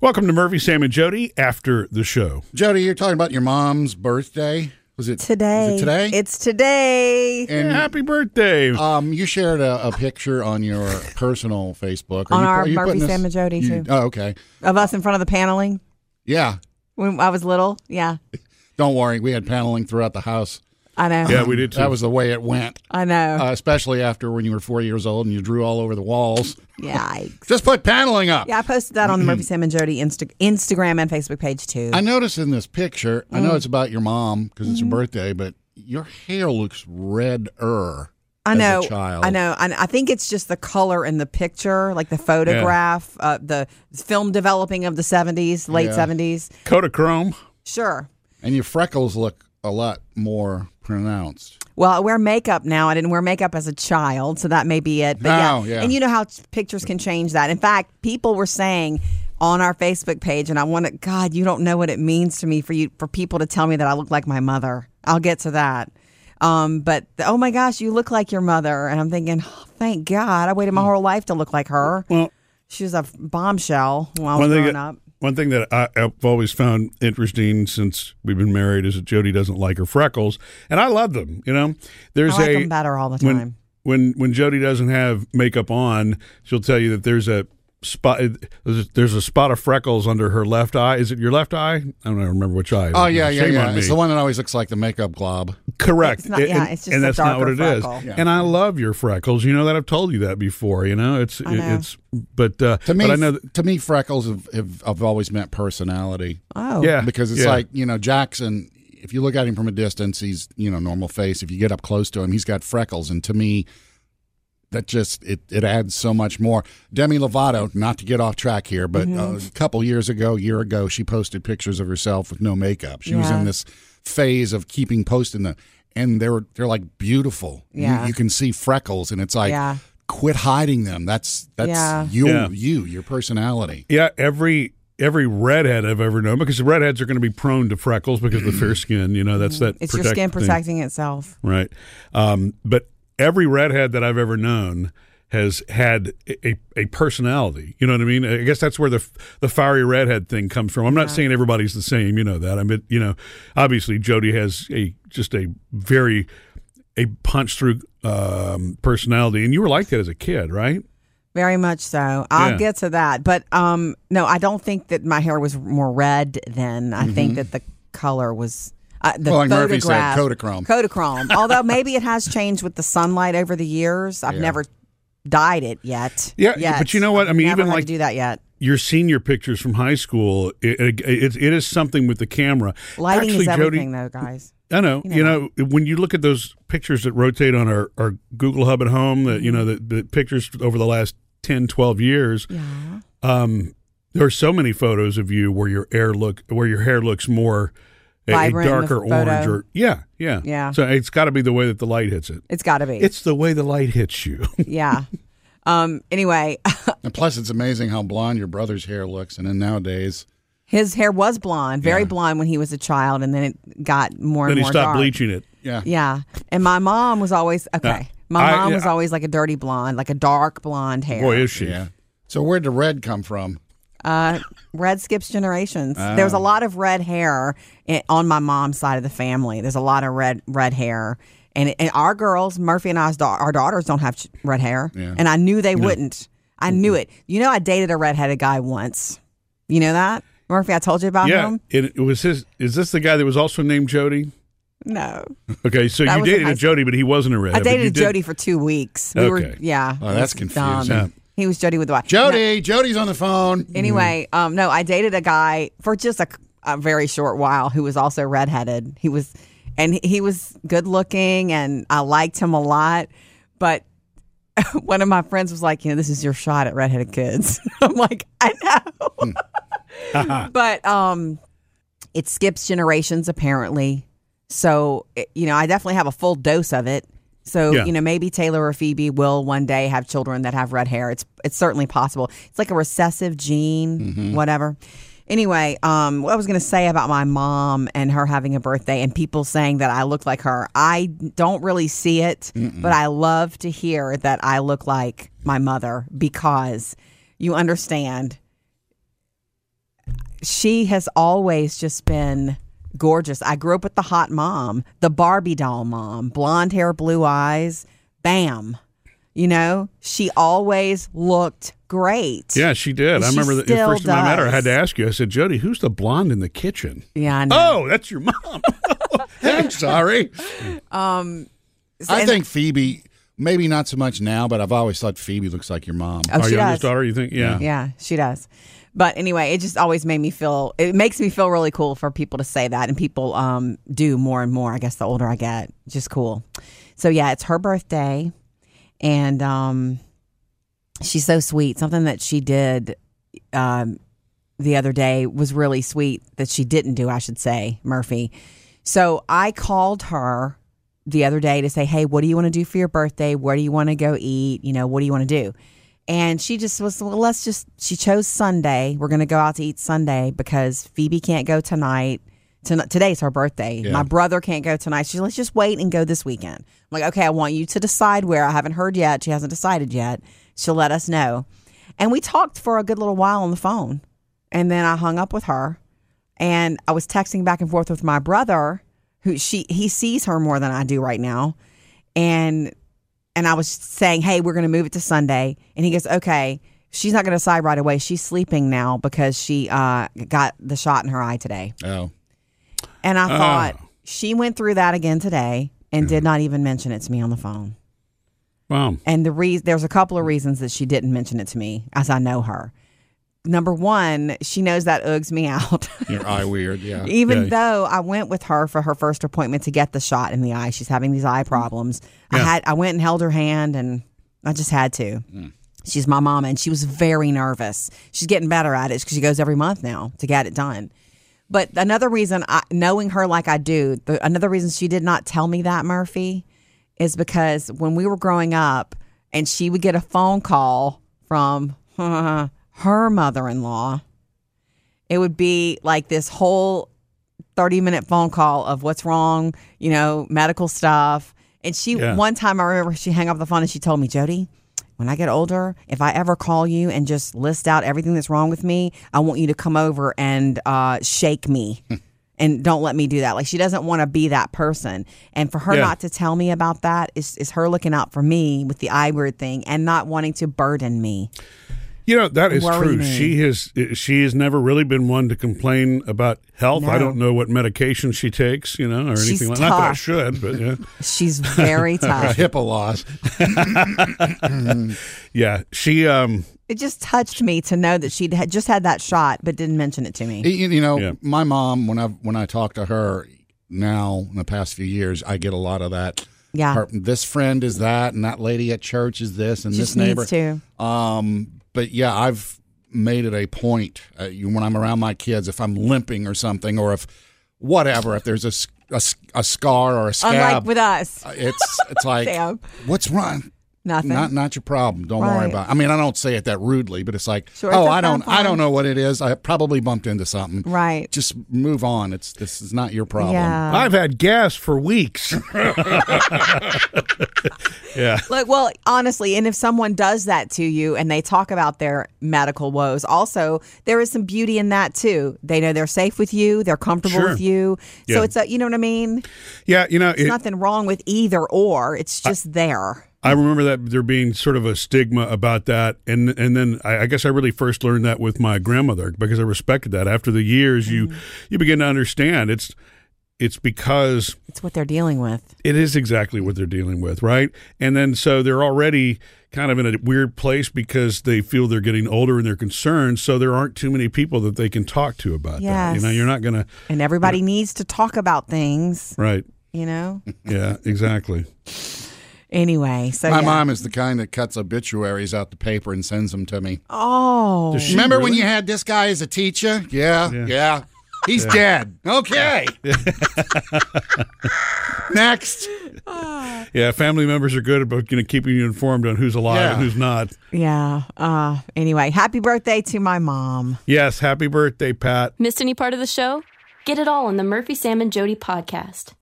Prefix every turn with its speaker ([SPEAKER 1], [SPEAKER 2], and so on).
[SPEAKER 1] Welcome to Murphy, Sam, and Jody after the show.
[SPEAKER 2] Jody, you're talking about your mom's birthday. Was it
[SPEAKER 3] Today.
[SPEAKER 2] Was it today?
[SPEAKER 3] It's today.
[SPEAKER 2] and
[SPEAKER 1] Happy birthday.
[SPEAKER 2] um, you shared a, a picture on your personal Facebook.
[SPEAKER 3] On
[SPEAKER 2] you,
[SPEAKER 3] our
[SPEAKER 2] you
[SPEAKER 3] Murphy,
[SPEAKER 2] putting
[SPEAKER 3] Sam, and Jody,
[SPEAKER 2] you-
[SPEAKER 3] too.
[SPEAKER 2] Oh, okay.
[SPEAKER 3] Of us in front of the paneling
[SPEAKER 2] Yeah.
[SPEAKER 3] when I was little. Yeah.
[SPEAKER 2] Don't worry. We had paneling throughout the house.
[SPEAKER 3] I know.
[SPEAKER 1] yeah, we did too.
[SPEAKER 2] That was the way it went,
[SPEAKER 3] I know.
[SPEAKER 2] uh, especially after when you were four years old and you drew all over the walls.
[SPEAKER 3] Yikes.
[SPEAKER 2] Just put paneling up.
[SPEAKER 3] Yeah, I posted that on the Murphy Sam and Jody Insta- Instagram and Facebook page too.
[SPEAKER 2] mm-hmm. I noticed in this picture, I
[SPEAKER 3] Mm.
[SPEAKER 2] know it's about your mom because
[SPEAKER 3] Mm-hmm.
[SPEAKER 2] it's her birthday, but your hair looks redder.
[SPEAKER 3] I
[SPEAKER 2] as a
[SPEAKER 3] know.
[SPEAKER 2] child.
[SPEAKER 3] I know. And I think it's just the color in the picture, like the photograph, uh, the film developing of the 70s, late
[SPEAKER 2] Yeah.
[SPEAKER 3] 70s.
[SPEAKER 1] Kodachrome.
[SPEAKER 3] Sure.
[SPEAKER 2] And your freckles look a lot more pronounced.
[SPEAKER 3] Well, I wear makeup now. I didn't wear makeup as a child, so that may be it. But
[SPEAKER 2] Oh, yeah.
[SPEAKER 3] yeah. And you know how t- pictures can change that. In fact, people were saying on our Facebook page, and I want to, God, you don't know what it means to me for you for people to tell me that I look like my mother. I'll get to that. Um, but the, oh my gosh, you look like your mother, and I'm thinking, oh, thank God, I waited my whole life to look like her.
[SPEAKER 1] Hmm. Well,
[SPEAKER 3] She was a bombshell when I was
[SPEAKER 1] one thing,
[SPEAKER 3] growing
[SPEAKER 1] that,
[SPEAKER 3] up.
[SPEAKER 1] one thing that I, I've always found interesting since we've been married is that Jody doesn't like her freckles, and I love them. You know, there's
[SPEAKER 3] I like
[SPEAKER 1] a
[SPEAKER 3] them better all the
[SPEAKER 1] when-
[SPEAKER 3] time.
[SPEAKER 1] When when Jody doesn't have makeup on, she'll tell you that there's a spot there's a- there's a spot of freckles under her left eye. Is it your left eye? I don't know, remember which eye. it
[SPEAKER 2] Oh
[SPEAKER 1] is.
[SPEAKER 2] yeah, yeah,
[SPEAKER 1] Shame
[SPEAKER 2] yeah.
[SPEAKER 1] on me.
[SPEAKER 2] It's the one that always looks like the makeup glob.
[SPEAKER 1] Correct.
[SPEAKER 3] It's not- yeah, it's just
[SPEAKER 1] and
[SPEAKER 3] a
[SPEAKER 1] that's not what it
[SPEAKER 3] darker
[SPEAKER 1] is.
[SPEAKER 3] freckle. Yeah.
[SPEAKER 1] And I love your freckles. You know that I've told you that before. You know it's
[SPEAKER 3] I know.
[SPEAKER 1] it's but uh,
[SPEAKER 2] To me,
[SPEAKER 1] but I know that,
[SPEAKER 2] to me, freckles have, have, have always meant personality
[SPEAKER 3] Oh,
[SPEAKER 1] yeah
[SPEAKER 2] because it's
[SPEAKER 1] yeah.
[SPEAKER 2] like you know Jackson. If you look at him from a distance, he's you know normal face. If you get up close to him, he's got freckles, and to me, that just it, it adds so much more. Demi Lovato, not to get off track here, but
[SPEAKER 3] Mm-hmm.
[SPEAKER 2] uh, a couple years ago, year ago, she posted pictures of herself with no makeup. She was
[SPEAKER 3] Yeah.
[SPEAKER 2] in this phase of keeping posting them, and they're they're like beautiful. You-
[SPEAKER 3] Yeah.
[SPEAKER 2] you, can see freckles, and it's like.
[SPEAKER 3] Yeah.
[SPEAKER 2] Quit hiding them. That's that's
[SPEAKER 3] Yeah.
[SPEAKER 2] you,
[SPEAKER 1] Yeah.
[SPEAKER 2] you, your personality.
[SPEAKER 1] yeah every every redhead I've ever known because redheads are going to be prone to freckles because of the fair skin. You know that's that
[SPEAKER 3] it's your
[SPEAKER 1] protect
[SPEAKER 3] skin
[SPEAKER 1] thing.
[SPEAKER 3] protecting itself.
[SPEAKER 1] right? Um, but every redhead that I've ever known has had a, a- a personality. You know what I mean? I guess that's where the the fiery redhead thing comes from. I'm not saying everybody's the same. You know that. I mean, you know, obviously Jody has a just a very a punch through um, personality, and you were like that as a kid, right?
[SPEAKER 3] Very much so. I'll
[SPEAKER 1] Yeah.
[SPEAKER 3] get to that. But um no, I don't think that my hair was more red then. I
[SPEAKER 1] Mm-hmm.
[SPEAKER 3] think that the color was uh, the
[SPEAKER 2] Well, like Murphy said,
[SPEAKER 3] photograph,
[SPEAKER 2] Kodachrome.
[SPEAKER 3] Kodachrome. Although maybe it has changed with the sunlight over the years. I've
[SPEAKER 2] Yeah.
[SPEAKER 3] never dyed it yet.
[SPEAKER 1] Yeah,
[SPEAKER 3] Yet.
[SPEAKER 1] but you know what? I mean,
[SPEAKER 3] Never
[SPEAKER 1] even
[SPEAKER 3] had to
[SPEAKER 1] like-
[SPEAKER 3] do that yet.
[SPEAKER 1] Your senior pictures from high school, it, it, it, it is something with the camera.
[SPEAKER 3] Lighting
[SPEAKER 1] Actually,
[SPEAKER 3] is
[SPEAKER 1] Jody,
[SPEAKER 3] everything, though, guys.
[SPEAKER 1] I know. You know, when you look at those pictures that rotate on our, our Google Hub at home, that
[SPEAKER 3] Mm-hmm.
[SPEAKER 1] you know, the, the pictures over the last 10, 12 years,
[SPEAKER 3] Yeah.
[SPEAKER 1] um, there are so many photos of you where your hair look where your hair looks more a- a,
[SPEAKER 3] Vibrant in the
[SPEAKER 1] darker
[SPEAKER 3] photo.
[SPEAKER 1] orange or yeah, yeah.
[SPEAKER 3] Yeah.
[SPEAKER 1] So it's got to be the way that the light hits it.
[SPEAKER 3] It's got to be.
[SPEAKER 1] It's the way the light hits you.
[SPEAKER 3] yeah. Um. Anyway,
[SPEAKER 2] And plus, it's amazing how blonde your brother's hair looks. And then nowadays,
[SPEAKER 3] his hair was blonde, very blonde when he was a child, and then it got more
[SPEAKER 1] then
[SPEAKER 3] and
[SPEAKER 1] you
[SPEAKER 3] more
[SPEAKER 1] stop
[SPEAKER 3] dark.
[SPEAKER 1] bleaching it.
[SPEAKER 2] yeah,
[SPEAKER 3] Yeah. And my mom was always okay. my
[SPEAKER 1] I-
[SPEAKER 3] mom was
[SPEAKER 1] I-
[SPEAKER 3] always like a dirty blonde, like a dark blonde hair.
[SPEAKER 1] Boy, is she.
[SPEAKER 2] yeah. So where'd the red come from?
[SPEAKER 3] Uh, red skips generations. There
[SPEAKER 1] Ah.
[SPEAKER 3] was a lot of red hair i on my mom's side of the family. There's a lot of red red hair. And, and our girls, Murphy and I's da- our daughters don't have ch- red hair.
[SPEAKER 2] Yeah.
[SPEAKER 3] And I knew they wouldn't. I knew it. You know, I dated a redheaded guy once. You know that? Murphy, I told you about
[SPEAKER 1] Yeah.
[SPEAKER 3] him?
[SPEAKER 1] It, it was his. Is this the guy that was also named Jody?
[SPEAKER 3] No.
[SPEAKER 1] Okay, so
[SPEAKER 3] That
[SPEAKER 1] you
[SPEAKER 3] was in
[SPEAKER 1] dated
[SPEAKER 3] high
[SPEAKER 1] a Jody, but he wasn't a redhead.
[SPEAKER 3] I
[SPEAKER 1] but you
[SPEAKER 3] dated
[SPEAKER 1] did-
[SPEAKER 3] Jody for two weeks. We were,
[SPEAKER 1] Okay.
[SPEAKER 3] yeah.
[SPEAKER 2] Oh, that's
[SPEAKER 3] It was dumb.
[SPEAKER 2] confusing.
[SPEAKER 3] He was Jody with a Y. No,
[SPEAKER 2] Jody, Jody's on the phone.
[SPEAKER 3] Anyway, um, no, I dated a guy for just a, a very short while who was also redheaded. He was, and he was good looking, and I liked him a lot. But one of my friends was like, you know, this is your shot at redheaded kids. I'm like, I know, but um, it skips generations apparently. So it- you know, I definitely have a full dose of it. So
[SPEAKER 1] Yeah.
[SPEAKER 3] you know, maybe Taylor or Phoebe will one day have children that have red hair. It's it's certainly possible. It's like a recessive gene, whatever. Anyway, um, what I was going to say about my mom and her having a birthday and people saying that I look like her, I don't really see it, but I love to hear that I look like my mother because you understand she has always just been gorgeous. I grew up with the hot mom, the Barbie doll mom, blonde hair, blue eyes, bam. You know, she always looked great.
[SPEAKER 1] Yeah, she did.
[SPEAKER 3] And
[SPEAKER 1] I
[SPEAKER 3] she
[SPEAKER 1] remember the, the
[SPEAKER 3] still
[SPEAKER 1] first time I met her, I
[SPEAKER 3] does.
[SPEAKER 1] had to ask you. I said, Jody, who's the blonde in the kitchen?
[SPEAKER 3] Yeah, I know.
[SPEAKER 1] Oh, that's your mom.
[SPEAKER 2] I'm sorry.
[SPEAKER 3] So-
[SPEAKER 2] I
[SPEAKER 3] Um, and-
[SPEAKER 2] think Phoebe, maybe not so much now, but I've always thought Phoebe looks like your mom.
[SPEAKER 3] Oh,
[SPEAKER 1] Our
[SPEAKER 3] she does.
[SPEAKER 1] youngest daughter, you think? Yeah.
[SPEAKER 3] Yeah, she does. But anyway, it just always made me feel. It makes me feel really cool for people to say that, and people um, do more and more. I guess the older I get, just cool. So yeah, it's her birthday, and um, she's so sweet. Something that she did um, the other day was really sweet that she didn't do. I should say, Murphy. So I called her the other day to say, "Hey, what do you want to do for your birthday? Where do you want to go eat? You know, what do you want to do?" And she just was, well, let's just, she chose Sunday. We're going to go out to eat Sunday because Phoebe can't go tonight. Ton- Today's her birthday. My brother can't go tonight. She's like, let's just wait and go this weekend. I'm like, okay, I want you to decide where. I haven't heard yet. She hasn't decided yet. She'll let us know. And we talked for a good little while on the phone. And then I hung up with her and I was texting back and forth with my brother, who she he sees her more than I do right now, and and I was saying, hey, we're going to move it to Sunday, and he goes, okay, she's not going to decide right away. She's sleeping now because she uh, got the shot in her eye today,
[SPEAKER 2] Oh,
[SPEAKER 3] and I thought she went through that again today and did not even mention it to me on the phone.
[SPEAKER 1] Wow.
[SPEAKER 3] And the re- there's a couple of reasons that she didn't mention it to me, as I know her. Number one, she knows that oogs me out.
[SPEAKER 2] your eye weird. Yeah.
[SPEAKER 3] Even
[SPEAKER 1] Yeah.
[SPEAKER 3] though I went with her for her first appointment to get the shot in the eye, she's having these eye problems. I
[SPEAKER 1] Yeah.
[SPEAKER 3] had I went and held her hand, and I just had to.
[SPEAKER 1] Mm.
[SPEAKER 3] She's my mama, and she was very nervous. She's getting better at it because she goes every month now to get it done. But another reason, I, knowing her like I do, the, another reason she did not tell me that Murphy is because when we were growing up, and she would get a phone call from her mother-in-law it would be like this whole 30 minute phone call of what's wrong, you know, medical stuff. And she,
[SPEAKER 1] Yeah.
[SPEAKER 3] one time I remember she hung up the phone and she told me, Jody, when I get older, if I ever call you and just list out everything that's wrong with me, I want you to come over and uh, shake me and don't let me do that. Like she doesn't want to be that person. And for her
[SPEAKER 1] Yeah.
[SPEAKER 3] not to tell me about that is, is her looking out for me with the I word thing and not wanting to burden me.
[SPEAKER 1] You know that is
[SPEAKER 3] Worry
[SPEAKER 1] true.
[SPEAKER 3] me.
[SPEAKER 1] She has she has never really been one to complain about health. I
[SPEAKER 3] No.
[SPEAKER 1] don't know what medication she takes, you know, or
[SPEAKER 3] She's
[SPEAKER 1] anything like that. Not that I
[SPEAKER 3] tough.
[SPEAKER 1] should, but yeah,
[SPEAKER 3] She's very tough.
[SPEAKER 2] HIPAA laws.
[SPEAKER 1] yeah. She um,
[SPEAKER 3] It just touched me to know that she had just had that shot, but didn't mention it to me.
[SPEAKER 2] You, you know,
[SPEAKER 1] Yeah.
[SPEAKER 2] my mom when I when I talk to her now in the past few years, I get a lot of that.
[SPEAKER 3] Yeah.
[SPEAKER 2] Her, this friend is that, and that lady at church is this, and
[SPEAKER 3] She
[SPEAKER 2] this
[SPEAKER 3] just
[SPEAKER 2] neighbor.
[SPEAKER 3] needs to.
[SPEAKER 2] Um, but yeah, I've made it a point uh, you- when I'm around my kids if I'm limping or something, or if whatever, if there's a s- a, s- a scar or a
[SPEAKER 3] Unlike
[SPEAKER 2] scab,
[SPEAKER 3] with us,
[SPEAKER 2] uh, it's it's like
[SPEAKER 3] Sam.
[SPEAKER 2] what's wrong.
[SPEAKER 3] Nothing.
[SPEAKER 2] Not not your problem. Don't worry
[SPEAKER 3] Right.
[SPEAKER 2] about. It. I mean, I don't say it that rudely, but it's like,
[SPEAKER 3] Sure, it's
[SPEAKER 2] oh,
[SPEAKER 3] a
[SPEAKER 2] I don't,
[SPEAKER 3] problem.
[SPEAKER 2] I don't know what it is. I probably bumped into something.
[SPEAKER 3] Right.
[SPEAKER 2] Just move on. It's this is not your problem.
[SPEAKER 3] Yeah.
[SPEAKER 1] I've had gas for weeks. yeah,
[SPEAKER 3] Like, well, honestly, and if someone does that to you and they talk about their medical woes, also there is some beauty in that too. They know they're safe with you, they're comfortable
[SPEAKER 1] Sure.
[SPEAKER 3] with you. So
[SPEAKER 1] Yeah.
[SPEAKER 3] it's a, you know what I mean?
[SPEAKER 1] yeah. You know, it-
[SPEAKER 3] Nothing wrong with either or. It's just there.
[SPEAKER 1] I remember that there being sort of a stigma about that, and and then I, I guess I really first learned that with my grandmother because I respected that. After the years, you you begin to understand it's it's because
[SPEAKER 3] It's what they're dealing with.
[SPEAKER 1] it is exactly what they're dealing with, right? And then so they're already kind of in a weird place because they feel they're getting older and they're concerned. So there aren't too many people that they can talk to about that. You know,
[SPEAKER 3] Yes.
[SPEAKER 1] you're not gonna
[SPEAKER 3] And everybody needs to talk about things,
[SPEAKER 1] right.
[SPEAKER 3] you know?
[SPEAKER 2] Mm-hmm.
[SPEAKER 1] Yeah, exactly.
[SPEAKER 3] Anyway, so
[SPEAKER 2] My
[SPEAKER 3] yeah.
[SPEAKER 2] mom is the kind that cuts obituaries out the paper and sends them to me.
[SPEAKER 3] Oh.
[SPEAKER 1] Does she
[SPEAKER 2] Remember when
[SPEAKER 1] really?
[SPEAKER 2] you had this guy as a teacher? Yeah, yeah. He's dead. Okay. Next.
[SPEAKER 1] Yeah, family members are good about you know keeping you informed on who's alive and
[SPEAKER 2] Yeah.
[SPEAKER 1] who's not.
[SPEAKER 3] Yeah. Uh, anyway, happy birthday to my mom.
[SPEAKER 1] Yes, happy birthday, Pat.
[SPEAKER 4] Missed any part of the show? Get it all on the Murphy, Sam, and Jody podcast.